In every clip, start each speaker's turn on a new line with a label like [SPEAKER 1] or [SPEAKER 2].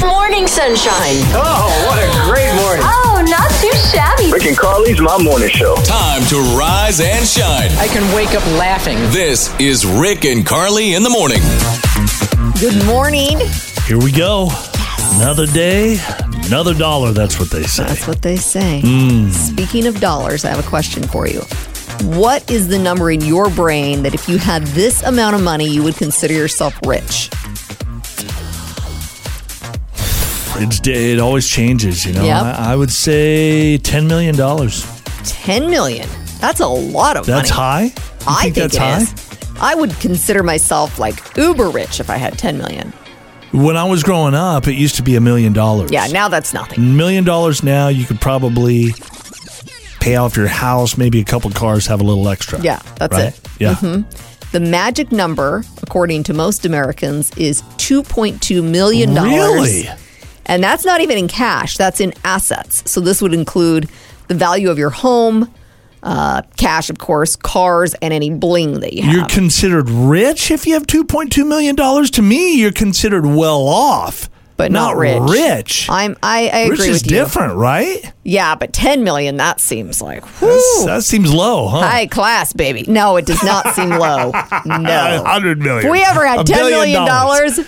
[SPEAKER 1] morning sunshine.
[SPEAKER 2] Oh, what a great morning.
[SPEAKER 1] Oh, not too shabby.
[SPEAKER 3] Rick and Carly's My Morning Show.
[SPEAKER 4] Time to rise and shine.
[SPEAKER 5] I can wake up laughing.
[SPEAKER 4] This is Rick and Carly in the morning.
[SPEAKER 6] Good morning.
[SPEAKER 7] Here we go. Another day, another dollar. That's what they say. Hmm.
[SPEAKER 6] That's what they say. Speaking of dollars, I have a question for you. What is the number in your brain that if you had this amount of money, you would consider yourself rich?
[SPEAKER 7] It's, it always changes, you know.
[SPEAKER 6] Yep.
[SPEAKER 7] I, I would say $10 million. That's
[SPEAKER 6] 10 million. That's a lot of money.
[SPEAKER 7] high. You
[SPEAKER 6] I
[SPEAKER 7] think that's
[SPEAKER 6] it
[SPEAKER 7] high.
[SPEAKER 6] is. I would consider myself like uber rich if I had 10 million.
[SPEAKER 7] When I was growing up, it used to be a million dollars.
[SPEAKER 6] Yeah, now that's nothing.
[SPEAKER 7] million dollars now, you could probably pay off your house, maybe a couple cars, have a little extra.
[SPEAKER 6] Yeah, that's
[SPEAKER 7] right?
[SPEAKER 6] it. Mm-hmm.
[SPEAKER 7] Yeah.
[SPEAKER 6] The magic number, according to most Americans, is $2.2 million.
[SPEAKER 7] Really?
[SPEAKER 6] And that's not even in cash, that's in assets. So this would include the value of your home, uh, cash, of course, cars, and any bling that you have.
[SPEAKER 7] You're considered rich if you have $2.2 million. To me, you're considered well off,
[SPEAKER 6] but not, rich.
[SPEAKER 7] rich.
[SPEAKER 6] I'm, I, I agree
[SPEAKER 7] rich is
[SPEAKER 6] with you.
[SPEAKER 7] different, right?
[SPEAKER 6] Yeah, but 10 million, that seems like.
[SPEAKER 7] That's-
[SPEAKER 6] whew,
[SPEAKER 7] that seems low, huh?
[SPEAKER 6] High class, baby. No, it does not seem low.
[SPEAKER 7] A
[SPEAKER 6] No.
[SPEAKER 7] hundred million.
[SPEAKER 6] If we ever
[SPEAKER 7] A
[SPEAKER 6] had $10
[SPEAKER 7] billion
[SPEAKER 6] million, dollars,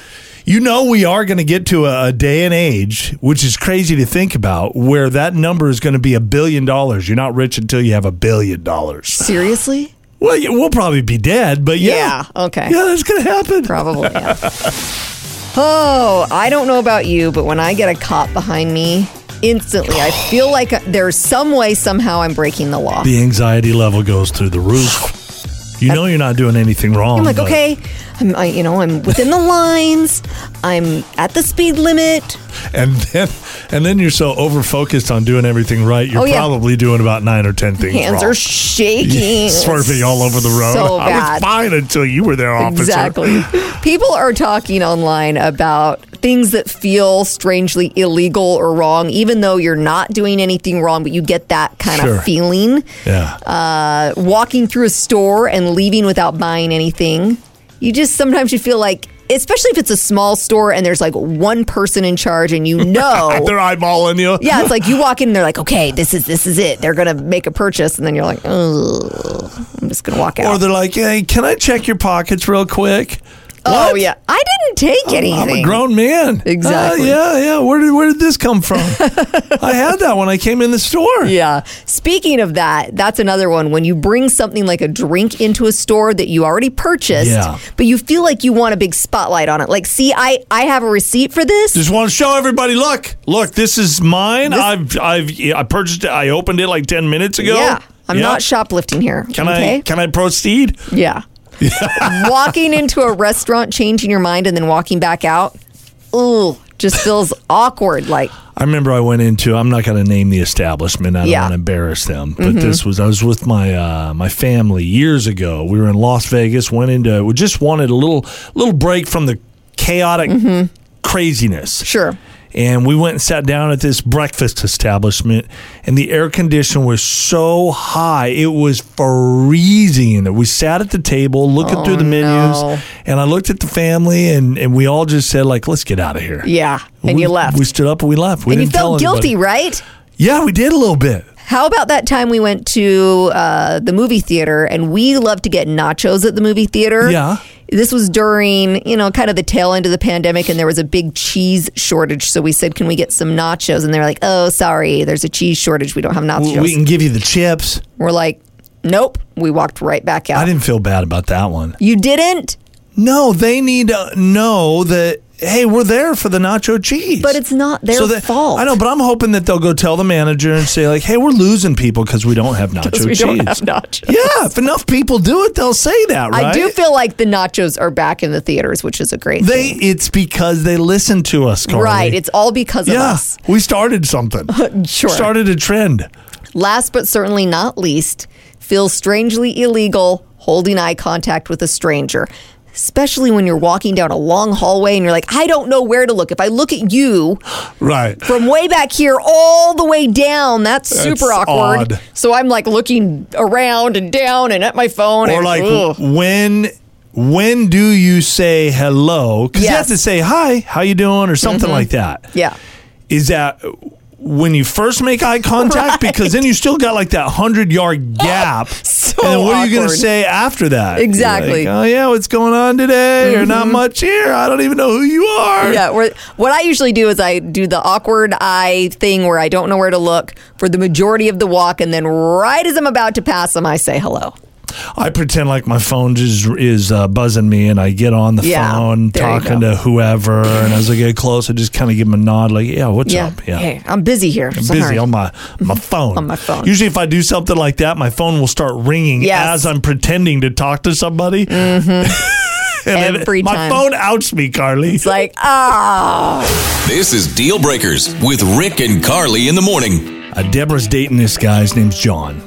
[SPEAKER 7] You know, we are going to get to a, a day and age, which is crazy to think about, where that number is going to be a billion dollars. You're not rich until you have a billion dollars.
[SPEAKER 6] seriously?
[SPEAKER 7] Well, you, we'll probably be dead, but yeah.
[SPEAKER 6] Yeah, okay.
[SPEAKER 7] Yeah, that's going to happen.
[SPEAKER 6] Probably. Yeah. oh, I don't know about you, but when I get a cop behind me, instantly I feel like there's some way somehow I'm breaking the law.
[SPEAKER 7] The anxiety level goes through the roof. You know, you're not doing anything wrong.
[SPEAKER 6] I'm like,
[SPEAKER 7] but
[SPEAKER 6] okay, I'm, I, you know, I'm within the lines. I'm at the speed limit.
[SPEAKER 7] And then, and then you're so over focused on doing everything right, you're
[SPEAKER 6] Oh, yeah.
[SPEAKER 7] probably doing about nine or ten things
[SPEAKER 6] Hands
[SPEAKER 7] wrong.
[SPEAKER 6] are shaking,
[SPEAKER 7] swerving all over the road.
[SPEAKER 6] So
[SPEAKER 7] I was
[SPEAKER 6] bad.
[SPEAKER 7] fine until you were there, officer.
[SPEAKER 6] Exactly. People are talking online about things that feel strangely illegal or wrong, even though you're not doing anything wrong, but you get that kind
[SPEAKER 7] Sure.
[SPEAKER 6] of feeling.
[SPEAKER 7] Yeah.
[SPEAKER 6] uh, walking through a store and leaving without buying anything. You just sometimes you feel like, especially if it's a small store and there's like one person in charge and you know.
[SPEAKER 7] They're eyeballing you.
[SPEAKER 6] Yeah, it's like you walk in and they're like, okay, this is this is it. They're gonna make a purchase, and then you're like, oh, I'm just gonna walk out.
[SPEAKER 7] Or they're like, hey, can I check your pockets real quick?
[SPEAKER 6] oh
[SPEAKER 7] What?
[SPEAKER 6] yeah, I didn't take anything.
[SPEAKER 7] I'm a grown man.
[SPEAKER 6] Exactly.
[SPEAKER 7] Uh, yeah, yeah. Where did where did this come from? I had that when I came in the store.
[SPEAKER 6] Yeah. Speaking of that, that's another one. When you bring something like a drink into a store that you already purchased,
[SPEAKER 7] Yeah.
[SPEAKER 6] but you feel like you want a big spotlight on it. Like, see, I, I have a receipt for this.
[SPEAKER 7] Just want to show everybody. Look, look. This is mine. I've I've I purchased it. I opened it like ten minutes ago.
[SPEAKER 6] Yeah. I'm
[SPEAKER 7] Yeah.
[SPEAKER 6] not shoplifting here.
[SPEAKER 7] Can
[SPEAKER 6] okay?
[SPEAKER 7] I can I proceed?
[SPEAKER 6] yeah. walking into a restaurant, changing your mind, and then walking back out. Ooh, just feels awkward. Like,
[SPEAKER 7] I remember I went into. I'm not going to name the establishment. I don't
[SPEAKER 6] Yeah. Mm-hmm.
[SPEAKER 7] want to embarrass them. But this was. I was with my uh, my family years ago. We were in Las Vegas. Went into. We just wanted a little little break from the chaotic craziness.
[SPEAKER 6] Mm-hmm. Sure.
[SPEAKER 7] And we went and sat down at this breakfast establishment, and the air condition was so high it was freezing in there. We sat at the table, looking through the menus,
[SPEAKER 6] Oh, no.
[SPEAKER 7] and I looked at the family, and, and we all just said like, "Let's get out of here."
[SPEAKER 6] yeah. And
[SPEAKER 7] we,
[SPEAKER 6] you left.
[SPEAKER 7] We stood up and we left. We
[SPEAKER 6] and you
[SPEAKER 7] didn't tell
[SPEAKER 6] felt guilty,
[SPEAKER 7] anybody.
[SPEAKER 6] right?
[SPEAKER 7] Yeah, we did a little bit.
[SPEAKER 6] How about that time we went to uh, the movie theater and we love to get nachos at the movie theater?
[SPEAKER 7] Yeah.
[SPEAKER 6] This was during, you know, kind of the tail end of the pandemic and there was a big cheese shortage. So we said, can we get some nachos? And they're like, oh, sorry, there's a cheese shortage. We don't have nachos.
[SPEAKER 7] We can give you the chips.
[SPEAKER 6] We're like, nope. We walked right back
[SPEAKER 7] I
[SPEAKER 6] out.
[SPEAKER 7] didn't feel bad about that one.
[SPEAKER 6] you didn't?
[SPEAKER 7] No, they need to know that. Hey, we're there for the nacho cheese.
[SPEAKER 6] But it's not their
[SPEAKER 7] that-
[SPEAKER 6] fault.
[SPEAKER 7] I know, but I'm hoping that they'll go tell the manager and say like, "Hey, we're losing people because we don't have nacho
[SPEAKER 6] 'Cause we
[SPEAKER 7] cheese."
[SPEAKER 6] don't have nachos.
[SPEAKER 7] Yeah, if enough people do it, they'll say that, right?
[SPEAKER 6] I do feel like the nachos are back in the theaters, which is a great
[SPEAKER 7] they.
[SPEAKER 6] thing.
[SPEAKER 7] It's because they listen to us, Carly.
[SPEAKER 6] Right. It's all because of
[SPEAKER 7] yeah.
[SPEAKER 6] us.
[SPEAKER 7] We started something.
[SPEAKER 6] Sure.
[SPEAKER 7] Started a trend.
[SPEAKER 6] Last but certainly not least, feels strangely illegal holding eye contact with a stranger, especially when you're walking down a long hallway and you're like, I don't know where to look. If I look at you
[SPEAKER 7] Right.
[SPEAKER 6] from way back here all the way down, that's, super awkward.
[SPEAKER 7] odd.
[SPEAKER 6] So I'm like looking around and down and at my phone.
[SPEAKER 7] or
[SPEAKER 6] and,
[SPEAKER 7] like
[SPEAKER 6] ugh.
[SPEAKER 7] when when do you say hello? Because you have
[SPEAKER 6] Yes. Mm-hmm.
[SPEAKER 7] to say hi, how you doing, or something like that.
[SPEAKER 6] Yeah.
[SPEAKER 7] Is that when you first make eye contact? Because then you still got like that hundred yard gap.
[SPEAKER 6] So
[SPEAKER 7] and then what are you going to
[SPEAKER 6] awkward.
[SPEAKER 7] say after that? You're
[SPEAKER 6] Exactly. Mm-hmm.
[SPEAKER 7] like, oh yeah, what's going on today? Or not much here. I don't even know who you are.
[SPEAKER 6] Yeah, where, what I usually do is I do the awkward eye thing where I don't know where to look for the majority of the walk, and then right as I'm about to pass them, I say hello.
[SPEAKER 7] I pretend like my phone just is uh, buzzing me, and I get on the
[SPEAKER 6] Yeah,
[SPEAKER 7] phone
[SPEAKER 6] there you
[SPEAKER 7] talking
[SPEAKER 6] go.
[SPEAKER 7] to whoever. And as I get close, I just kind of give them a nod, like, "Yeah, what's
[SPEAKER 6] Yeah,
[SPEAKER 7] up?" Yeah,
[SPEAKER 6] hey, I'm busy here.
[SPEAKER 7] I'm busy on my my phone.
[SPEAKER 6] On my phone.
[SPEAKER 7] Usually, if I do something like that, my phone will start ringing
[SPEAKER 6] Yes.
[SPEAKER 7] as I'm pretending to talk to somebody. Mm-hmm. and then
[SPEAKER 6] Every
[SPEAKER 7] my
[SPEAKER 6] time.
[SPEAKER 7] phone outs me, Carly.
[SPEAKER 6] It's like ah,
[SPEAKER 4] This is Deal Breakers with Rick and Carly in the morning.
[SPEAKER 7] Uh, Deborah's dating this guy. His name's John.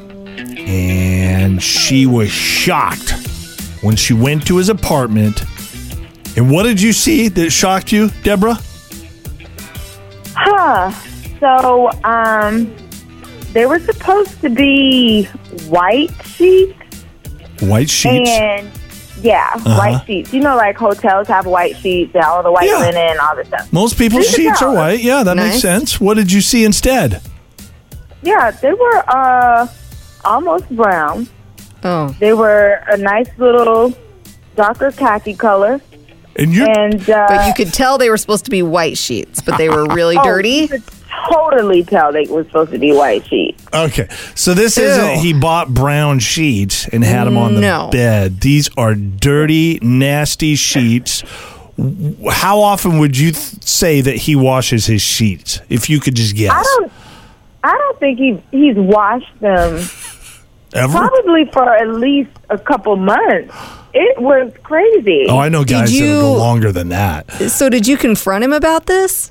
[SPEAKER 7] And she was shocked when she went to his apartment. And what did you see that shocked you, Deborah?
[SPEAKER 3] Huh. So, um, there were supposed to be white sheets
[SPEAKER 7] White sheets.
[SPEAKER 3] and yeah, white sheets. You know, like hotels have white sheets and all the white
[SPEAKER 7] Yeah.
[SPEAKER 3] linen and all this stuff.
[SPEAKER 7] Most people's
[SPEAKER 3] These are
[SPEAKER 7] sheets are
[SPEAKER 3] dollars.
[SPEAKER 7] white. Yeah, that makes
[SPEAKER 6] Nice.
[SPEAKER 7] sense. What did you see instead?
[SPEAKER 3] Yeah, they were uh almost brown.
[SPEAKER 6] oh,
[SPEAKER 3] They were a nice little darker khaki color,
[SPEAKER 7] And you're
[SPEAKER 3] and uh,
[SPEAKER 6] but you could tell they were supposed to be white sheets, but they were really
[SPEAKER 3] oh,
[SPEAKER 6] dirty.
[SPEAKER 3] You could totally tell they were supposed to be white sheets.
[SPEAKER 7] Okay, so this isn't he bought brown sheets and had them on the
[SPEAKER 6] No.
[SPEAKER 7] bed. These are dirty, nasty sheets. W- How often would you th- say that he washes his sheets? If you could just guess,
[SPEAKER 3] I don't. I don't think he he's washed them.
[SPEAKER 7] ever.
[SPEAKER 3] Probably for at least a couple months. It was crazy.
[SPEAKER 7] Oh, I know guys that
[SPEAKER 6] you-
[SPEAKER 7] will go longer than that.
[SPEAKER 6] So did you confront him about this?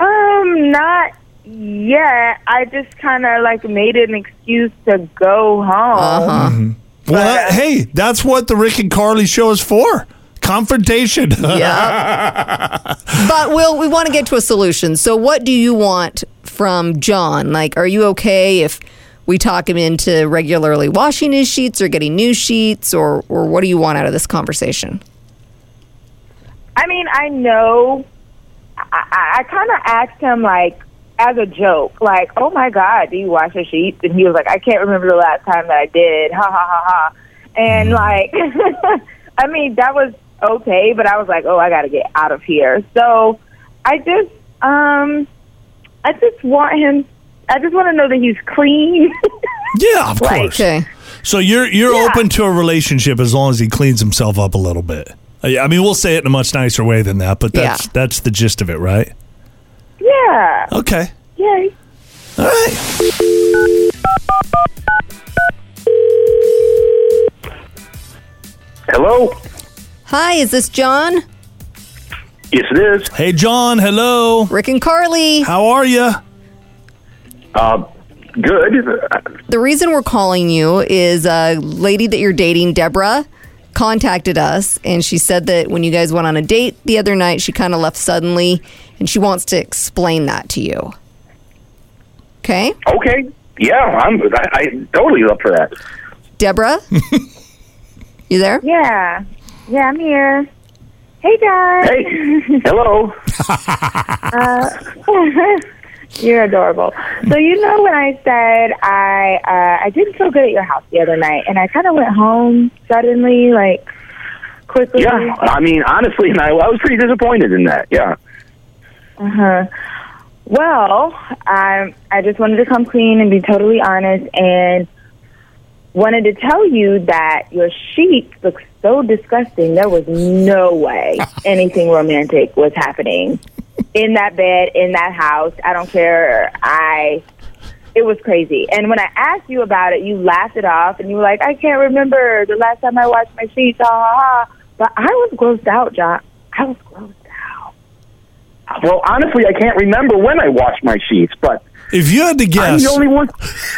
[SPEAKER 3] Um, not yet. I just kind of like made an excuse to go
[SPEAKER 6] Uh-huh.
[SPEAKER 3] home.
[SPEAKER 7] Well, that- hey, that's what the Rick and Carly show is for. Confrontation.
[SPEAKER 6] Yeah. but Will, we want to get to a solution. So what do you want from John? Like, are you okay if we talk him into regularly washing his sheets or getting new sheets or or what do you want out of this conversation?
[SPEAKER 3] I mean, I know. I, I, I kind of asked him like as a joke, like, "Oh my God, do you wash your sheets?" And he was like, "I can't remember the last time that I did." Ha ha ha ha. And like, I mean, that was okay, but I was like, "Oh, I got to get out of here." So I just, um, I just want him. I just want to know that he's clean.
[SPEAKER 7] yeah, of
[SPEAKER 3] Like,
[SPEAKER 7] course.
[SPEAKER 6] Okay.
[SPEAKER 7] So you're you're open to a relationship as long as he cleans himself up a little bit. I I mean, we'll say it in a much nicer way than that, but that's
[SPEAKER 6] Yeah.
[SPEAKER 7] that's the gist of it, right?
[SPEAKER 3] yeah.
[SPEAKER 7] Okay.
[SPEAKER 3] Yay.
[SPEAKER 7] All right.
[SPEAKER 5] Hello?
[SPEAKER 6] Hi, is this John?
[SPEAKER 5] Yes, it is.
[SPEAKER 7] Hey, John. Hello.
[SPEAKER 6] Rick and Carly.
[SPEAKER 7] How are you?
[SPEAKER 5] Good. Uh,
[SPEAKER 6] The reason we're calling you is a lady that you're dating, Deborah, contacted us and she said that when you guys went on a date the other night, she kind of left suddenly and she wants to explain that to you. Okay?
[SPEAKER 5] Okay. Yeah, I'm I, I totally up for that.
[SPEAKER 6] Deborah? you there?
[SPEAKER 3] Yeah. Yeah, I'm here. Hey guys.
[SPEAKER 5] Hey. Hello.
[SPEAKER 3] You're adorable. So you know when I said I uh, I didn't feel good at your house the other night, and I kind of went home suddenly, like quickly.
[SPEAKER 5] Yeah. I mean, honestly, and I, I was pretty disappointed in that. Yeah.
[SPEAKER 3] Uh-huh. Well, I I just wanted to come clean and be totally honest, and wanted to tell you that your sheets look so disgusting. There was no way anything romantic was happening in that bed, in that house. I don't care. I it was crazy. And when I asked you about it, you laughed it off and you were like, I can't remember the last time I washed my sheets. Ha ha ha. But I was grossed out, John. I was grossed out.
[SPEAKER 5] Well, honestly, I can't remember when I washed my sheets, but
[SPEAKER 7] If you had to
[SPEAKER 5] I'm
[SPEAKER 7] guess,
[SPEAKER 5] the only one.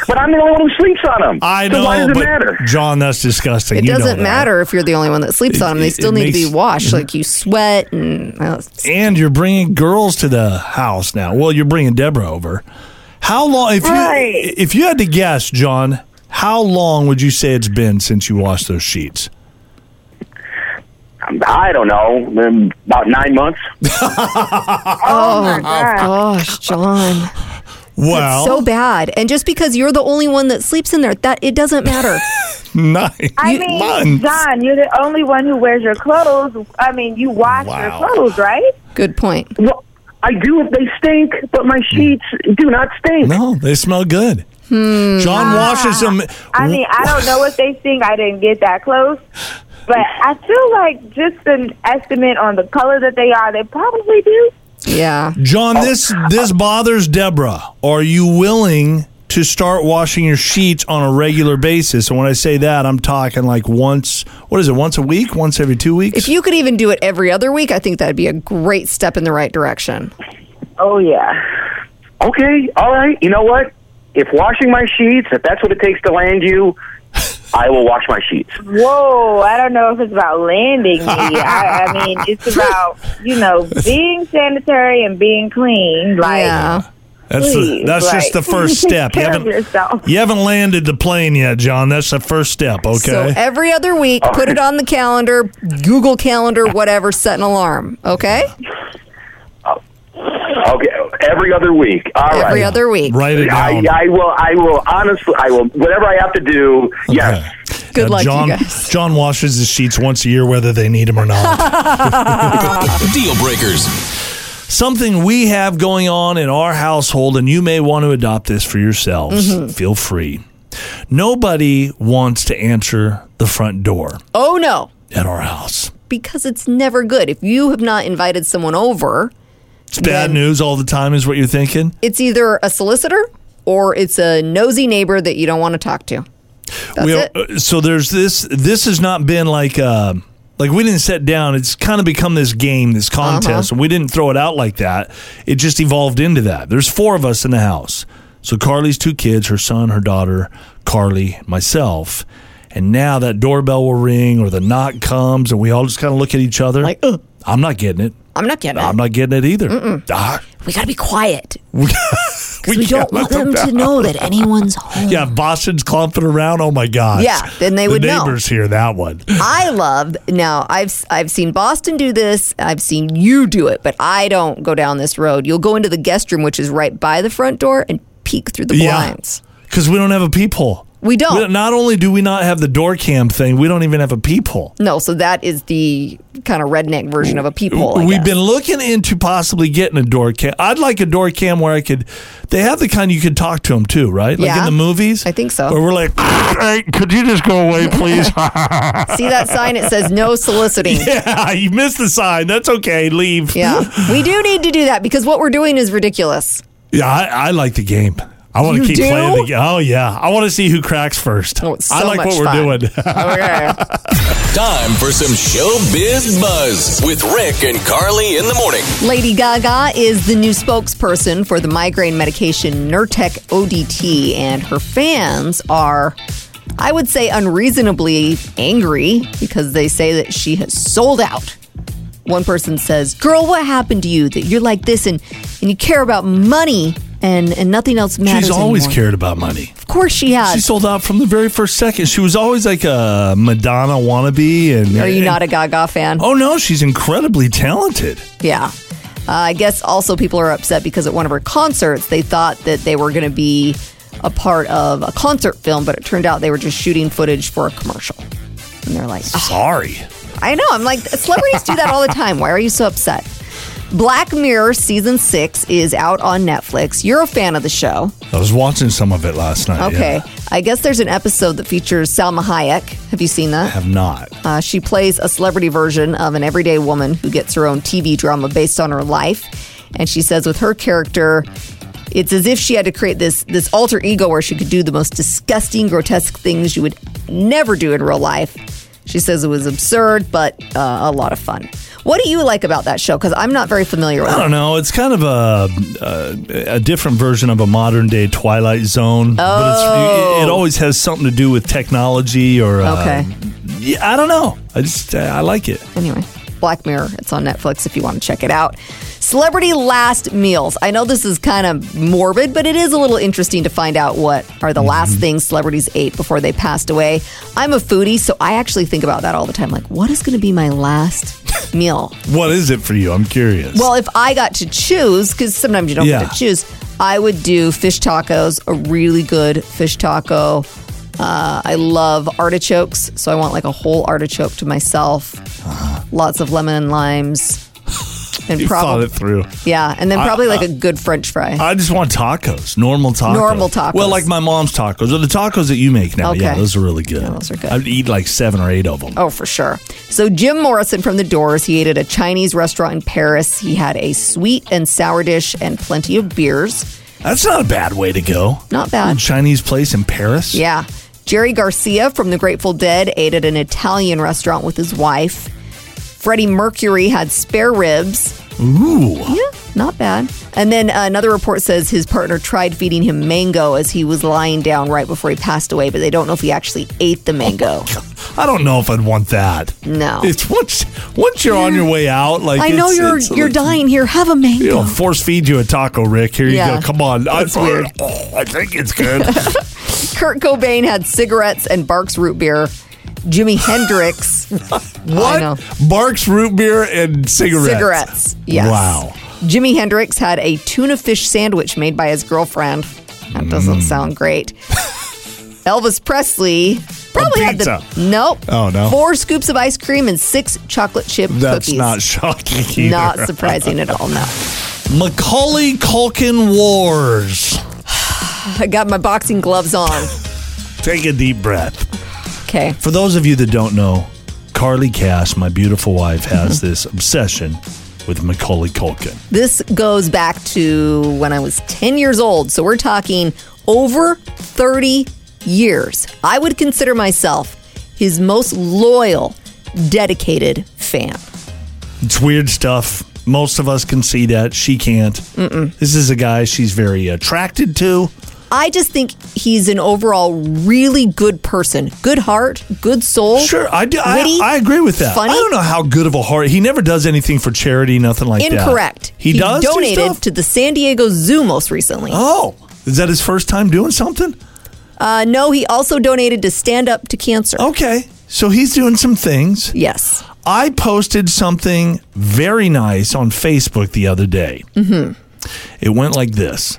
[SPEAKER 5] But I'm the only one who sleeps on them.
[SPEAKER 7] I
[SPEAKER 5] So
[SPEAKER 7] know,
[SPEAKER 5] why does it
[SPEAKER 7] but
[SPEAKER 5] matter?
[SPEAKER 7] John, that's disgusting.
[SPEAKER 6] It
[SPEAKER 7] You know
[SPEAKER 6] doesn't
[SPEAKER 7] that.
[SPEAKER 6] matter if you're the only one that sleeps
[SPEAKER 7] It-
[SPEAKER 6] on them.
[SPEAKER 7] it-
[SPEAKER 6] They still
[SPEAKER 7] it
[SPEAKER 6] need to
[SPEAKER 7] makes-
[SPEAKER 6] be washed. Like you sweat and oh, well, it's-
[SPEAKER 7] And you're bringing girls to the house now. Well, you're bringing Deborah over. How long? If you
[SPEAKER 3] Right.
[SPEAKER 7] if you had to guess, John, how long would you say it's been since you washed those sheets?
[SPEAKER 5] I don't know, um, about nine months.
[SPEAKER 3] Oh, my God.
[SPEAKER 6] Gosh, John.
[SPEAKER 7] Wow.
[SPEAKER 6] So bad. And just because you're the only one that sleeps in there, that it doesn't matter.
[SPEAKER 7] nine
[SPEAKER 3] I mean,
[SPEAKER 7] months.
[SPEAKER 3] John, you're the only one who wears your clothes. I mean, you wash
[SPEAKER 7] Wow.
[SPEAKER 3] your clothes, right?
[SPEAKER 6] Good point.
[SPEAKER 5] Well, I do if they stink, but my sheets do not stink.
[SPEAKER 7] No, they smell good.
[SPEAKER 6] Hmm.
[SPEAKER 7] John
[SPEAKER 5] Ah.
[SPEAKER 7] washes them.
[SPEAKER 3] I mean, I don't know what they think. I didn't get that close. But I feel like just an estimate on the color that they are, they probably do.
[SPEAKER 6] Yeah.
[SPEAKER 7] John, this this bothers Deborah. Are you willing to start washing your sheets on a regular basis? And when I say that, I'm talking like once. What is it? Once a week? Once every two weeks?
[SPEAKER 6] If you could even do it every other week, I think that'd be a great step in the right direction.
[SPEAKER 3] Oh, yeah.
[SPEAKER 5] Okay, all right. You know what? If washing my sheets, if that's what it takes to land you, I will wash my sheets.
[SPEAKER 3] Whoa, I don't know if it's about landing me. I, I mean, it's about, you know, being sanitary and being clean. Like,
[SPEAKER 6] yeah.
[SPEAKER 7] that's the,
[SPEAKER 3] please,
[SPEAKER 7] that's
[SPEAKER 3] like,
[SPEAKER 7] just the first
[SPEAKER 3] take
[SPEAKER 7] step. You
[SPEAKER 3] care of
[SPEAKER 7] haven't,
[SPEAKER 3] yourself.
[SPEAKER 7] you haven't landed the plane yet, John. That's the first step.
[SPEAKER 6] So eh,
[SPEAKER 7] Okay.
[SPEAKER 6] every other week, put it on the calendar, Google Calendar, whatever, set an alarm. Okay?
[SPEAKER 5] Okay, every other week. All right.
[SPEAKER 6] Every other week.
[SPEAKER 7] Write it
[SPEAKER 5] I,
[SPEAKER 7] down.
[SPEAKER 5] I will. I will. Honestly, I will. Whatever I have to do. Yes.
[SPEAKER 6] Good luck, you
[SPEAKER 7] John,
[SPEAKER 6] guys.
[SPEAKER 7] John washes his sheets once a year, whether they need him or not.
[SPEAKER 4] Deal breakers.
[SPEAKER 7] something we have going on in our household, and you may want to adopt this for yourselves. Feel free. Nobody wants to answer the front door
[SPEAKER 6] Oh, no.
[SPEAKER 7] at our house.
[SPEAKER 6] Because it's never good. If you have not invited someone over,
[SPEAKER 7] It's bad
[SPEAKER 6] Then-
[SPEAKER 7] news all the time, is what you're thinking.
[SPEAKER 6] it's either a solicitor or it's a nosy neighbor that you don't want to talk to. That's
[SPEAKER 7] We-
[SPEAKER 6] it.
[SPEAKER 7] uh, So there's this. This has not been like. Uh, like we didn't sit down. It's kind of become this game, this
[SPEAKER 6] Uh-huh.
[SPEAKER 7] contest, and we didn't throw it out like that. It just evolved into that. There's four of us in the house. So Carly's two kids, her son, her daughter, Carly, myself. And now that doorbell will ring or the knock comes, and we all just kind of look at each other.
[SPEAKER 6] Like, "Ugh."
[SPEAKER 7] I'm not getting it.
[SPEAKER 6] I'm not getting
[SPEAKER 7] I'm
[SPEAKER 6] it.
[SPEAKER 7] not getting it either. Ah,
[SPEAKER 6] We got to be quiet.
[SPEAKER 7] we
[SPEAKER 6] We
[SPEAKER 7] can't
[SPEAKER 6] don't want
[SPEAKER 7] let
[SPEAKER 6] them to
[SPEAKER 7] down.
[SPEAKER 6] know that anyone's home.
[SPEAKER 7] Yeah, if Boston's clumping around. Oh my gosh.
[SPEAKER 6] Yeah, then they
[SPEAKER 7] the
[SPEAKER 6] would know.
[SPEAKER 7] neighbors hear that one.
[SPEAKER 6] I love now. I've I've seen Boston do this. I've seen you do it, but I don't go down this road. You'll go into the guest room, which is right by the front door, and peek through the blinds.
[SPEAKER 7] Because we don't have a peephole.
[SPEAKER 6] We don't.
[SPEAKER 7] not only do we not have the door cam thing, we don't even have a peephole.
[SPEAKER 6] No, so that is the kind of redneck version of a peephole. I
[SPEAKER 7] We've
[SPEAKER 6] guess.
[SPEAKER 7] been looking into possibly getting a door cam. I'd like a door cam where I could. They have the kind you could talk to them too, right? Like in
[SPEAKER 6] Yeah.
[SPEAKER 7] the movies.
[SPEAKER 6] I think so.
[SPEAKER 7] Where we're like, hey, could you just go away, please?
[SPEAKER 6] see that sign. It says no soliciting.
[SPEAKER 7] yeah, you missed the sign. That's okay. Leave.
[SPEAKER 6] yeah, we do need to do that because what we're doing is ridiculous.
[SPEAKER 7] Yeah, I, I like the game. I want to
[SPEAKER 6] You
[SPEAKER 7] keep
[SPEAKER 6] do?
[SPEAKER 7] playing the game. Oh yeah, I want to see who cracks first.
[SPEAKER 6] Oh, it's so
[SPEAKER 7] I like
[SPEAKER 6] much
[SPEAKER 7] what we're
[SPEAKER 6] fun.
[SPEAKER 7] doing.
[SPEAKER 6] Okay.
[SPEAKER 4] Time for some showbiz buzz with Rick and Carly in the morning.
[SPEAKER 6] Lady Gaga is the new spokesperson for the migraine medication Nurtec ODT, and her fans are, I would say, unreasonably angry because they say that she has sold out. One person says, "Girl, what happened to you that you're like this and and you care about money and and nothing else matters?"
[SPEAKER 7] She's always
[SPEAKER 6] anymore."
[SPEAKER 7] cared about money.
[SPEAKER 6] Of course, she has.
[SPEAKER 7] She sold out from the very first second. She was always like a Madonna wannabe. And
[SPEAKER 6] are you
[SPEAKER 7] and-
[SPEAKER 6] not a Gaga fan?
[SPEAKER 7] Oh no, she's incredibly talented.
[SPEAKER 6] Yeah. Uh, I guess also people are upset because at one of her concerts, they thought that they were going to be a part of a concert film, but it turned out they were just shooting footage for a commercial. And they're like, "Ugh."
[SPEAKER 7] Sorry.
[SPEAKER 6] I know. I'm like, celebrities do that all the time. Why are you so upset? Black Mirror season six is out on Netflix. You're a fan of the show.
[SPEAKER 7] I was watching some of it last night.
[SPEAKER 6] Okay.
[SPEAKER 7] yeah.
[SPEAKER 6] I guess there's an episode that features Salma Hayek. Have you seen that?
[SPEAKER 7] Have not.
[SPEAKER 6] Uh, she plays a celebrity version of an everyday woman who gets her own TV drama based on her life. And she says with her character, it's as if she had to create this this alter ego where she could do the most disgusting, grotesque things you would never do in real life. She says it was absurd, but uh, a lot of fun. What do you like about that show? Because I'm not very familiar with
[SPEAKER 7] I
[SPEAKER 6] it.
[SPEAKER 7] don't know. It's kind of a a, a different version of a modern day Twilight Zone. Oh. But it's, it, it always has something to do with technology or. uh,
[SPEAKER 6] Oh. Okay.
[SPEAKER 7] yeah, I don't know. I just I like it.
[SPEAKER 6] Anyway, Black Mirror. It's on Netflix if you want to check it out. Celebrity last meals. I know this is kind of morbid, but it is a little interesting to find out what are the last things celebrities ate before they passed away. I'm a foodie, so I actually think about that all the time. Like, what is going to be my last meal?
[SPEAKER 7] What is it for you? I'm curious.
[SPEAKER 6] Well, if I got to choose, because sometimes you don't
[SPEAKER 7] Yeah.
[SPEAKER 6] get to choose, I would do fish tacos, a really good fish taco. Uh, I love artichokes, so I want like a whole artichoke to myself. Lots of lemon and limes, and
[SPEAKER 7] Uh-huh. you thought
[SPEAKER 6] probably
[SPEAKER 7] it through.
[SPEAKER 6] yeah, and then
[SPEAKER 7] I-
[SPEAKER 6] probably like a good French fry.
[SPEAKER 7] I just want tacos, normal tacos,
[SPEAKER 6] Normal tacos.
[SPEAKER 7] Well, like my mom's tacos, or the tacos that you make now. Yeah,
[SPEAKER 6] Okay.
[SPEAKER 7] those are really good.
[SPEAKER 6] Yeah, those are good.
[SPEAKER 7] I'd eat like seven or eight of them.
[SPEAKER 6] Oh, for sure. So Jim Morrison from The Doors, he ate at a Chinese restaurant in Paris. He had a sweet and sour dish and plenty of beers.
[SPEAKER 7] That's not a bad way to go.
[SPEAKER 6] Not bad.
[SPEAKER 7] A Chinese place in Paris.
[SPEAKER 6] Yeah. Jerry Garcia from The Grateful Dead ate at an Italian restaurant with his wife. Freddie Mercury had spare ribs.
[SPEAKER 7] Ooh.
[SPEAKER 6] Yeah, not bad. And then uh, another report says his partner tried feeding him mango as he was lying down right before he passed away, but they don't know if he actually ate the mango.
[SPEAKER 7] I don't know if I'd want that.
[SPEAKER 6] No.
[SPEAKER 7] It's once once you're on your way out, like
[SPEAKER 6] I know
[SPEAKER 7] it's-
[SPEAKER 6] you're
[SPEAKER 7] it's-
[SPEAKER 6] you're dying here. Have a mango.
[SPEAKER 7] You know, force feed you a taco, Rick. Here you
[SPEAKER 6] Yeah.
[SPEAKER 7] go. Come on. I, Oh,
[SPEAKER 6] That's weird.
[SPEAKER 7] I think it's good.
[SPEAKER 6] Kurt Cobain had cigarettes and Barks root beer. Jimmy Hendrix know.
[SPEAKER 7] what? Barks root beer and cigarettes.
[SPEAKER 6] cigarettes. Yes.
[SPEAKER 7] Wow.
[SPEAKER 6] Jimi Hendrix had a tuna fish sandwich made by his girlfriend. That doesn't
[SPEAKER 7] Mm.
[SPEAKER 6] sound great. Elvis Presley probably had the
[SPEAKER 7] pizza.
[SPEAKER 6] nope.
[SPEAKER 7] Oh, no.
[SPEAKER 6] Four scoops of ice cream and six chocolate chip
[SPEAKER 7] That's
[SPEAKER 6] cookies.
[SPEAKER 7] not shocking either.
[SPEAKER 6] Not surprising at all. No,
[SPEAKER 7] Macaulay Culkin Wars.
[SPEAKER 6] I got my boxing gloves on.
[SPEAKER 7] Take a deep breath.
[SPEAKER 6] Okay,
[SPEAKER 7] For those of you that don't know, Carly Cass, my beautiful wife, has this obsession with Macaulay Culkin.
[SPEAKER 6] this goes back to when I was ten years old. So we're talking over thirty years. I would consider myself his most loyal, dedicated fan.
[SPEAKER 7] It's weird stuff. Most of us can see that. She can't. This is a guy she's very attracted to.
[SPEAKER 6] I just think he's an overall really good person. Good heart, good soul.
[SPEAKER 7] Sure, I do. I,
[SPEAKER 6] Oh, Witty?
[SPEAKER 7] I agree with that.
[SPEAKER 6] Funny?
[SPEAKER 7] I don't know how good of a heart. He never does anything for charity, nothing like that.
[SPEAKER 6] Incorrect.
[SPEAKER 7] He, does. do
[SPEAKER 6] donated
[SPEAKER 7] stuff?
[SPEAKER 6] to the San Diego Zoo most recently.
[SPEAKER 7] Oh, is that his first time doing something?
[SPEAKER 6] Uh, no, he also donated to Stand Up to Cancer.
[SPEAKER 7] Okay, so he's doing some things.
[SPEAKER 6] Yes.
[SPEAKER 7] I posted something very nice on Facebook the other day. Mm-hmm. It went like this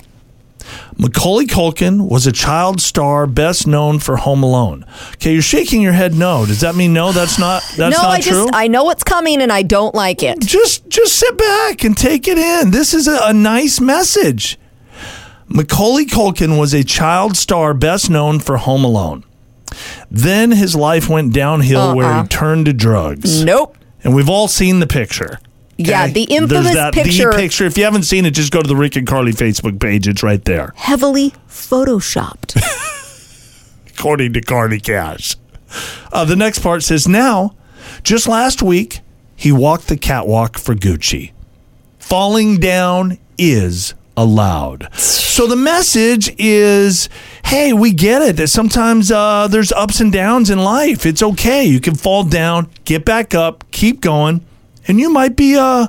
[SPEAKER 7] Macaulay Culkin was a child star best known for Home Alone. Okay, you're shaking your head no. Does that mean no? That's not that's
[SPEAKER 6] no,
[SPEAKER 7] not
[SPEAKER 6] I
[SPEAKER 7] true.
[SPEAKER 6] just I know what's coming and I don't like it.
[SPEAKER 7] just just sit back and take it in. This is a, a nice message. Macaulay Culkin was a child star best known for Home Alone. Then his life went downhill
[SPEAKER 6] Uh-uh.
[SPEAKER 7] where he turned to drugs.
[SPEAKER 6] Nope.
[SPEAKER 7] And we've all seen the picture.
[SPEAKER 6] Yeah, the
[SPEAKER 7] There's
[SPEAKER 6] infamous
[SPEAKER 7] that,
[SPEAKER 6] picture.
[SPEAKER 7] The picture. If you haven't seen it, just go to the Rick and Carly Facebook page. It's right there,
[SPEAKER 6] Heavily photoshopped.
[SPEAKER 7] according to Carly Cash. Uh, the next part says now, just last week, he walked the catwalk for Gucci. Falling down is allowed. So the message is hey, we get it that sometimes uh, there's ups and downs in life. It's okay. You can fall down, get back up, keep going, and you might be uh,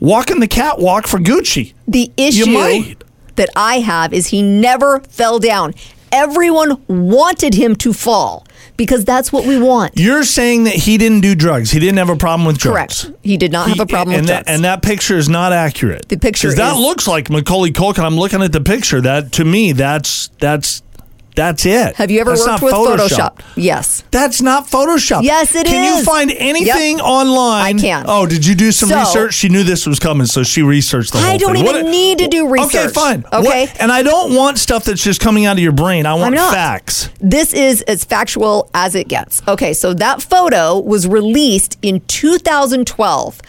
[SPEAKER 7] walking the catwalk for Gucci.
[SPEAKER 6] The issue
[SPEAKER 7] might.
[SPEAKER 6] that I have is he never fell down. Everyone wanted him to fall because that's what we want.
[SPEAKER 7] You're saying that he didn't do drugs. He didn't have a problem with drugs.
[SPEAKER 6] Correct. He did not have a problem
[SPEAKER 7] and
[SPEAKER 6] with
[SPEAKER 7] that,
[SPEAKER 6] drugs.
[SPEAKER 7] And that picture is not accurate.
[SPEAKER 6] The picture
[SPEAKER 7] 'Cause that
[SPEAKER 6] is-
[SPEAKER 7] looks like Macaulay Culkin. I'm looking at the picture. That to me, that's that's that's it.
[SPEAKER 6] have you ever
[SPEAKER 7] That's
[SPEAKER 6] worked
[SPEAKER 7] not
[SPEAKER 6] with Photoshop? Yes.
[SPEAKER 7] That's not Photoshop.
[SPEAKER 6] Yes, it
[SPEAKER 7] it is. Can
[SPEAKER 6] is.
[SPEAKER 7] you find
[SPEAKER 6] Yep.
[SPEAKER 7] anything online?
[SPEAKER 6] I can.
[SPEAKER 7] Oh, did you do some
[SPEAKER 6] So-
[SPEAKER 7] research? She knew this was coming, so she researched the
[SPEAKER 6] I
[SPEAKER 7] whole thing.
[SPEAKER 6] don't even need to do
[SPEAKER 7] Okay,
[SPEAKER 6] research.
[SPEAKER 7] fine.
[SPEAKER 6] Okay?
[SPEAKER 7] What- and I don't want stuff that's just coming out of your brain. I want
[SPEAKER 6] not.
[SPEAKER 7] facts.
[SPEAKER 6] This is as factual as it gets. Okay, so that photo was released in 2012.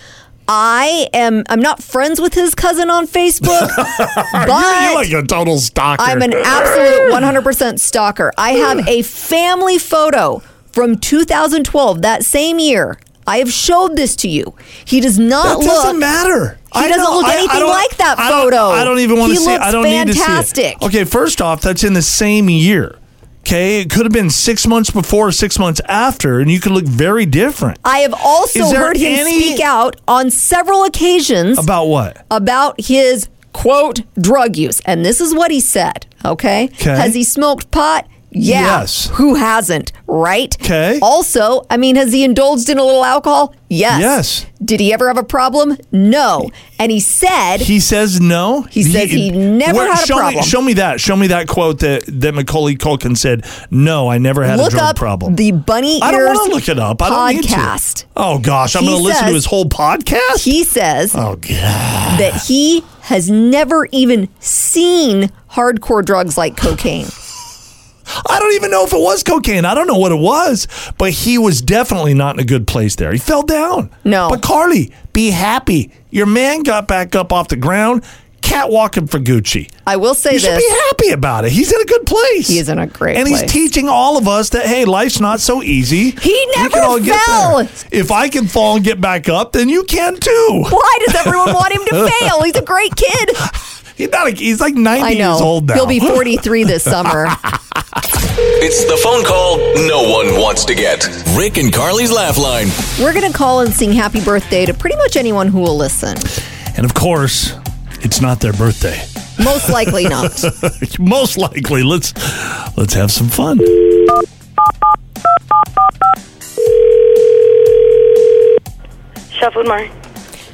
[SPEAKER 6] I am I'm not friends with his cousin on Facebook, but
[SPEAKER 7] You're like a total stalker.
[SPEAKER 6] I'm an absolute 100% stalker. I have a family photo from 2012, that same year. I have showed this to you. He does not
[SPEAKER 7] That doesn't
[SPEAKER 6] look.
[SPEAKER 7] matter.
[SPEAKER 6] He doesn't look anything
[SPEAKER 7] don't-
[SPEAKER 6] like that
[SPEAKER 7] I don't-
[SPEAKER 6] photo.
[SPEAKER 7] I don't even want
[SPEAKER 6] He
[SPEAKER 7] to see. it.
[SPEAKER 6] looks
[SPEAKER 7] I don't need to see it.
[SPEAKER 6] fantastic.
[SPEAKER 7] Okay, first off, that's in the same year. Okay, it could have been six months before, six months after, and you could look very different.
[SPEAKER 6] I have also
[SPEAKER 7] Is there
[SPEAKER 6] heard him
[SPEAKER 7] any-
[SPEAKER 6] speak out on several occasions
[SPEAKER 7] About what?
[SPEAKER 6] about his quote drug use. And this is what he said, okay?
[SPEAKER 7] 'Kay.
[SPEAKER 6] Has he smoked pot? Yeah.
[SPEAKER 7] Yes.
[SPEAKER 6] Who hasn't, right?
[SPEAKER 7] 'Kay.
[SPEAKER 6] Also, I mean, has he indulged in a little alcohol? Yes.
[SPEAKER 7] Yes.
[SPEAKER 6] Did he ever have a problem? No. And he said
[SPEAKER 7] He says no.
[SPEAKER 6] He says he never had a
[SPEAKER 7] show
[SPEAKER 6] problem.
[SPEAKER 7] Me, show me that. Show me that quote that that Macaulay Culkin said. No, I never had a
[SPEAKER 6] look
[SPEAKER 7] drug
[SPEAKER 6] up
[SPEAKER 7] problem.
[SPEAKER 6] the bunny ears
[SPEAKER 7] I don't want to look it up. I don't need
[SPEAKER 6] podcast.
[SPEAKER 7] to. Oh gosh, I'm
[SPEAKER 6] He
[SPEAKER 7] going to listen to
[SPEAKER 6] says-
[SPEAKER 7] his whole podcast.
[SPEAKER 6] He says
[SPEAKER 7] oh god.
[SPEAKER 6] that he has never even seen hardcore drugs like cocaine.
[SPEAKER 7] I don't even know if it was cocaine. I don't know what it was, but he was definitely not in a good place there. He fell down.
[SPEAKER 6] No.
[SPEAKER 7] But Carly, be happy. Your man got back up off the ground, catwalking for Gucci.
[SPEAKER 6] I will say
[SPEAKER 7] You should
[SPEAKER 6] this.
[SPEAKER 7] be happy about it. He's in a good place.
[SPEAKER 6] He is in a great
[SPEAKER 7] and
[SPEAKER 6] place.
[SPEAKER 7] he's teaching all of us that hey, life's not so easy.
[SPEAKER 6] He
[SPEAKER 7] We
[SPEAKER 6] never fell.
[SPEAKER 7] there. If I can fall and get back up, then you can too.
[SPEAKER 6] Why does everyone want him to fail? He's a great kid.
[SPEAKER 7] He's not. like- he's like ninety
[SPEAKER 6] I
[SPEAKER 7] years
[SPEAKER 6] know.
[SPEAKER 7] old now.
[SPEAKER 6] He'll be 43 this summer.
[SPEAKER 4] It's the phone call no one wants to get. Rick and Carly's Laugh Line.
[SPEAKER 6] We're going to call and sing happy birthday to pretty much anyone who will listen.
[SPEAKER 7] and of course, it's not their birthday.
[SPEAKER 6] Most likely not.
[SPEAKER 7] Most likely. Let's let's have some fun.
[SPEAKER 8] Chef Woodmore.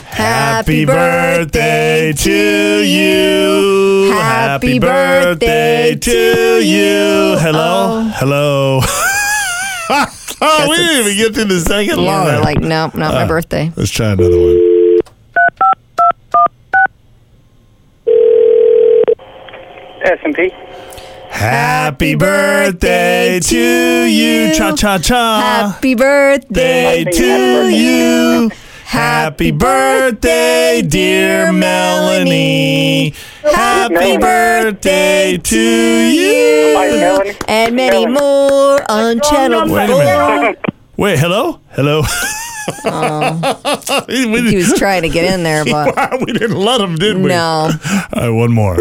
[SPEAKER 6] Happy birthday to you. Happy birthday to you.
[SPEAKER 7] Hello. Hello.
[SPEAKER 6] Oh.
[SPEAKER 7] oh, we
[SPEAKER 6] it's-
[SPEAKER 7] didn't even get through the second
[SPEAKER 6] You
[SPEAKER 7] line.
[SPEAKER 6] were like, nope, not
[SPEAKER 7] Uh.
[SPEAKER 6] my birthday.
[SPEAKER 7] Let's try another one.
[SPEAKER 5] S&P.
[SPEAKER 7] Happy birthday to you. Cha cha cha.
[SPEAKER 6] Happy birthday
[SPEAKER 7] Day Uh. to you. Happy birthday, dear Melanie. Happy birthday to you. Oh
[SPEAKER 5] Hi, Melanie.
[SPEAKER 6] And many more on Channel
[SPEAKER 7] Wait a
[SPEAKER 6] 4.
[SPEAKER 7] minute. Wait, hello? Hello? we,
[SPEAKER 6] Oh. He
[SPEAKER 7] didn't,
[SPEAKER 6] was trying to get in there, but
[SPEAKER 7] we didn't let him, did we?
[SPEAKER 6] no.
[SPEAKER 7] All right, one more.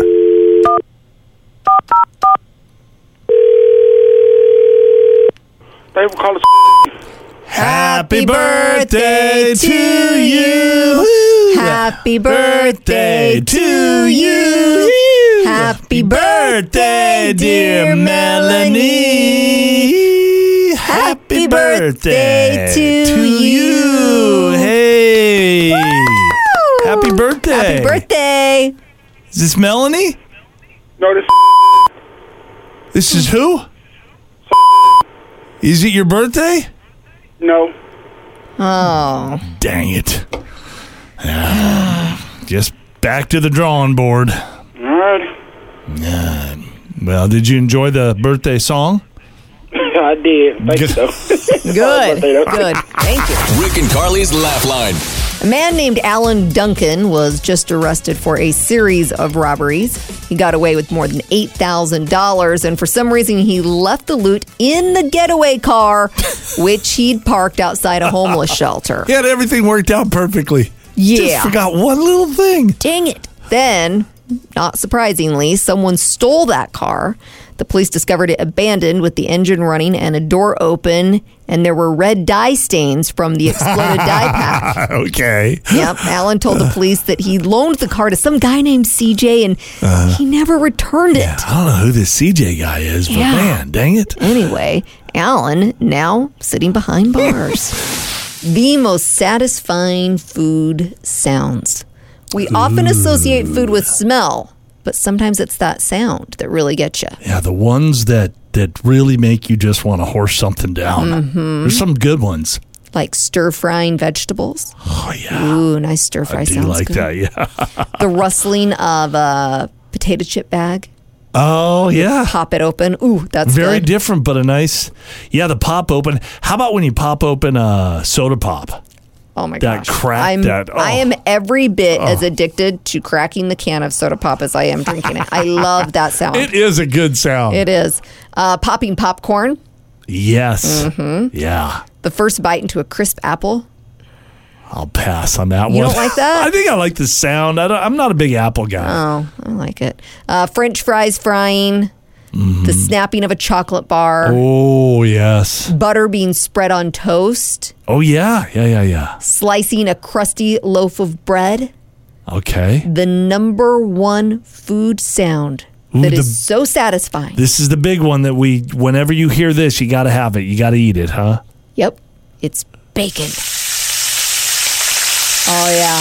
[SPEAKER 5] They will call us
[SPEAKER 7] Happy birthday to you.
[SPEAKER 6] Happy birthday to you. Happy birthday, dear
[SPEAKER 7] Melanie.
[SPEAKER 6] Happy birthday to you.
[SPEAKER 7] Hey. Happy birthday.
[SPEAKER 6] Happy birthday.
[SPEAKER 7] Is this Melanie?
[SPEAKER 5] notice.
[SPEAKER 7] This is who? Is it your birthday?
[SPEAKER 5] No.
[SPEAKER 6] Oh,
[SPEAKER 7] Dang it. Yeah. Just back to the drawing board.
[SPEAKER 5] All right.
[SPEAKER 7] Well, did you enjoy the birthday song?
[SPEAKER 5] I did. Thank you, though.
[SPEAKER 6] good. Good. Thank you.
[SPEAKER 4] Rick and Carly's Laugh Line.
[SPEAKER 6] A man named Alan Duncan was just arrested for a series of robberies. He got away with more than $8,000, and for some reason, he left the loot in the getaway car, which he'd parked outside a homeless shelter.
[SPEAKER 7] He had everything worked out perfectly.
[SPEAKER 6] Yeah.
[SPEAKER 7] Just forgot one little thing.
[SPEAKER 6] Dang it. Then, not surprisingly, someone stole that car. The police discovered it abandoned with the engine running and a door open, and there were red dye stains from the exploded dye pack.
[SPEAKER 7] Okay.
[SPEAKER 6] Yep. Alan told
[SPEAKER 7] Uh.
[SPEAKER 6] the police that he loaned the car to some guy named CJ and
[SPEAKER 7] Uh.
[SPEAKER 6] he never returned it.
[SPEAKER 7] I don't know who this CJ guy is, but
[SPEAKER 6] Yeah.
[SPEAKER 7] man, dang it.
[SPEAKER 6] Anyway, Alan now sitting behind bars. the most satisfying food sounds. We often associate food with smell, but sometimes it's that sound that really gets you.
[SPEAKER 7] Yeah, the ones that that really make you just want to horse something down.
[SPEAKER 6] Mm-hmm.
[SPEAKER 7] There's some good ones.
[SPEAKER 6] Like stir frying vegetables.
[SPEAKER 7] Oh yeah.
[SPEAKER 6] Ooh, nice stir fry
[SPEAKER 7] I do
[SPEAKER 6] sounds
[SPEAKER 7] like
[SPEAKER 6] good.
[SPEAKER 7] that, yeah.
[SPEAKER 6] The rustling of a potato chip bag.
[SPEAKER 7] Oh yeah.
[SPEAKER 6] Pop it open. Ooh, that's
[SPEAKER 7] Very
[SPEAKER 6] good.
[SPEAKER 7] different, but a nice yeah, the pop open. How about when you pop open a soda pop?
[SPEAKER 6] Oh my
[SPEAKER 7] That
[SPEAKER 6] gosh.
[SPEAKER 7] crack,
[SPEAKER 6] I'm,
[SPEAKER 7] that-
[SPEAKER 6] I am
[SPEAKER 7] oh.
[SPEAKER 6] every bit as addicted to cracking the can of soda pop as I am drinking it. I love that sound.
[SPEAKER 7] It is a good sound.
[SPEAKER 6] Oh. it is. Uh, popping popcorn,
[SPEAKER 7] yes.
[SPEAKER 6] Mm-hmm.
[SPEAKER 7] Yeah.
[SPEAKER 6] the first bite into a crisp apple.
[SPEAKER 7] I'll pass on that
[SPEAKER 6] You
[SPEAKER 7] one.
[SPEAKER 6] don't like that?
[SPEAKER 7] I think I like the sound. I don't, I'm not a big apple guy.
[SPEAKER 6] Oh, I like it. Uh, French fries frying,
[SPEAKER 7] Mm-hmm.
[SPEAKER 6] the snapping of a chocolate bar,
[SPEAKER 7] Oh yes.
[SPEAKER 6] butter being spread on toast,
[SPEAKER 7] Oh yeah. Yeah yeah yeah.
[SPEAKER 6] slicing a crusty loaf of bread.
[SPEAKER 7] Okay.
[SPEAKER 6] The number one food sound
[SPEAKER 7] Ooh,
[SPEAKER 6] that is
[SPEAKER 7] the-
[SPEAKER 6] so satisfying.
[SPEAKER 7] This is the big one that we. Whenever you hear this, you got to have it. You got to eat it, huh?
[SPEAKER 6] Yep. It's bacon. Oh, yeah.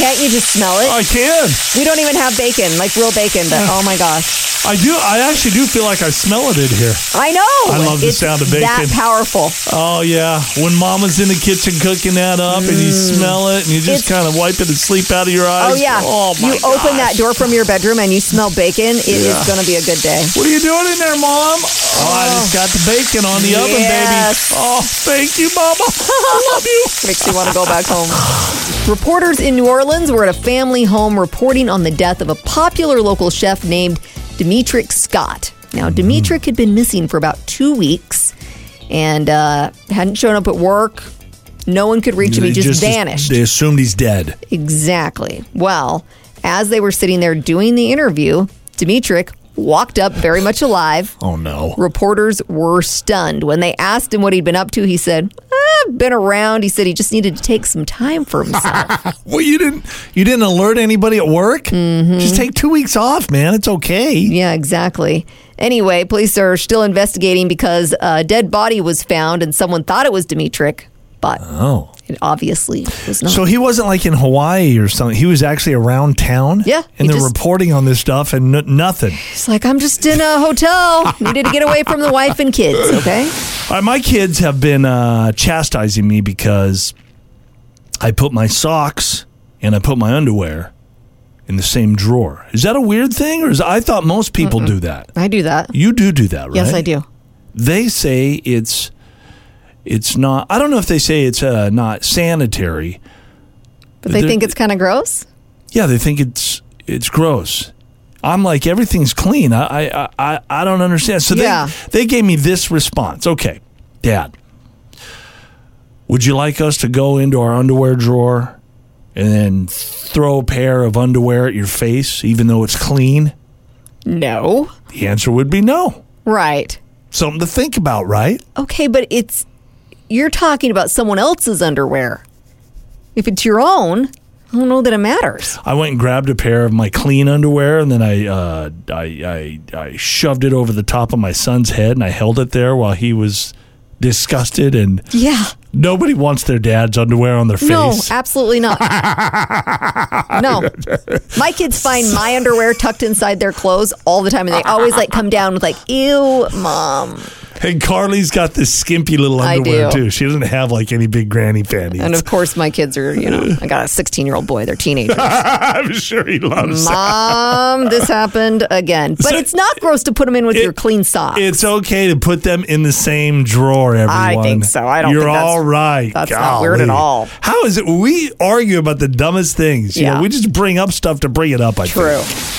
[SPEAKER 6] Can't you just smell it?
[SPEAKER 7] I can.
[SPEAKER 6] We don't even have bacon, like real bacon, but oh my gosh.
[SPEAKER 7] I do. I actually do feel like I smell it in here.
[SPEAKER 6] I know.
[SPEAKER 7] I love the
[SPEAKER 6] it's
[SPEAKER 7] sound of
[SPEAKER 6] That
[SPEAKER 7] bacon.
[SPEAKER 6] powerful.
[SPEAKER 7] Oh yeah, when Mama's in the kitchen cooking that up, and you smell it, and you just
[SPEAKER 6] Mm. It's-
[SPEAKER 7] kind of wiping the sleep out of your eyes.
[SPEAKER 6] Oh, yeah.
[SPEAKER 7] Oh my
[SPEAKER 6] you open that door from your bedroom and you smell bacon, It is going to be a good day.
[SPEAKER 7] What are you doing in there, Mom? Oh, I just got the bacon on the oven, baby.
[SPEAKER 6] Yes.
[SPEAKER 7] Oh, thank you, Mama. I love you.
[SPEAKER 6] Makes me want to go back home. Reporters in New Orleans were at a family home reporting on the death of a popular local chef named Demetric Scott.
[SPEAKER 7] Hmm.
[SPEAKER 6] Now, Demetric had been missing for about two weeks and uh, hadn't shown up at work. No one could reach him. He
[SPEAKER 7] They
[SPEAKER 6] just, vanished.
[SPEAKER 7] They assumed he's dead.
[SPEAKER 6] Exactly. Well, as they were sitting there doing the interview, Demetric walked up very much alive.
[SPEAKER 7] Oh no.
[SPEAKER 6] Reporters were stunned. When they asked him what he'd been up to, he said, I've been around. He said he just needed to take some time for himself.
[SPEAKER 7] Well, you didn't. You didn't alert anybody at work. Just take two weeks off, man. It's okay.
[SPEAKER 6] Mm-hmm. yeah, exactly. Anyway, police are still investigating because a dead body was found and someone thought it was Dimitric, but
[SPEAKER 7] Oh.
[SPEAKER 6] it obviously was not.
[SPEAKER 7] So he wasn't like in Hawaii or something. He was actually around town.
[SPEAKER 6] Yeah, he
[SPEAKER 7] And they're
[SPEAKER 6] just-
[SPEAKER 7] reporting on this stuff and n- nothing.
[SPEAKER 6] It's like, I'm just in a hotel. Needed to get away from the wife and kids, okay?
[SPEAKER 7] All right, my kids have been uh, chastising me because I put my socks and I put my underwear in the same drawer. Is that a weird thing, or is I thought most people do that?
[SPEAKER 6] I do that.
[SPEAKER 7] You do do that, right?
[SPEAKER 6] Yes, I do.
[SPEAKER 7] They say it's it's not. I don't know if they say it's uh, not sanitary.
[SPEAKER 6] But they
[SPEAKER 7] There-
[SPEAKER 6] think it's kind of gross?
[SPEAKER 7] Yeah, they think it's it's gross. I'm like everything's clean. I I I, I don't understand. So
[SPEAKER 6] Yeah.
[SPEAKER 7] they they gave me this response. Okay, Dad, would you like us to go into our underwear drawer and then throw a pair of underwear at your face, even though it's clean?
[SPEAKER 6] No.
[SPEAKER 7] The answer would be no.
[SPEAKER 6] Right.
[SPEAKER 7] Something to think about, right?
[SPEAKER 6] Okay, but it's you're talking about someone else's underwear. If it's your own, I don't know that it matters.
[SPEAKER 7] I went and grabbed a pair of my clean underwear, and then I, uh, I, I, I shoved it over the top of my son's head, and I held it there while he was disgusted. And
[SPEAKER 6] Yeah.
[SPEAKER 7] nobody wants their dad's underwear on their face.
[SPEAKER 6] No, absolutely not. no. My kids find my underwear tucked inside their clothes all the time and they always like come down with like, ew, mom.
[SPEAKER 7] and Carly's got this skimpy little
[SPEAKER 6] I
[SPEAKER 7] underwear
[SPEAKER 6] do.
[SPEAKER 7] too. She doesn't have like any big granny panties.
[SPEAKER 6] And of course my kids are, you know, I got a sixteen year old boy, they're teenagers.
[SPEAKER 7] I'm sure he loves it.
[SPEAKER 6] Mom, this happened again. But
[SPEAKER 7] So-
[SPEAKER 6] it's not gross to put them in with
[SPEAKER 7] It-
[SPEAKER 6] your clean socks.
[SPEAKER 7] It's okay to put them in the same drawer, everyone.
[SPEAKER 6] I think so. I don't
[SPEAKER 7] You're
[SPEAKER 6] think that's-
[SPEAKER 7] all right.
[SPEAKER 6] that's not weird at
[SPEAKER 7] Golly.
[SPEAKER 6] all.
[SPEAKER 7] How is it? We argue about the dumbest things. You know,
[SPEAKER 6] Yeah.
[SPEAKER 7] we just bring up stuff to bring it up. I think.
[SPEAKER 6] True.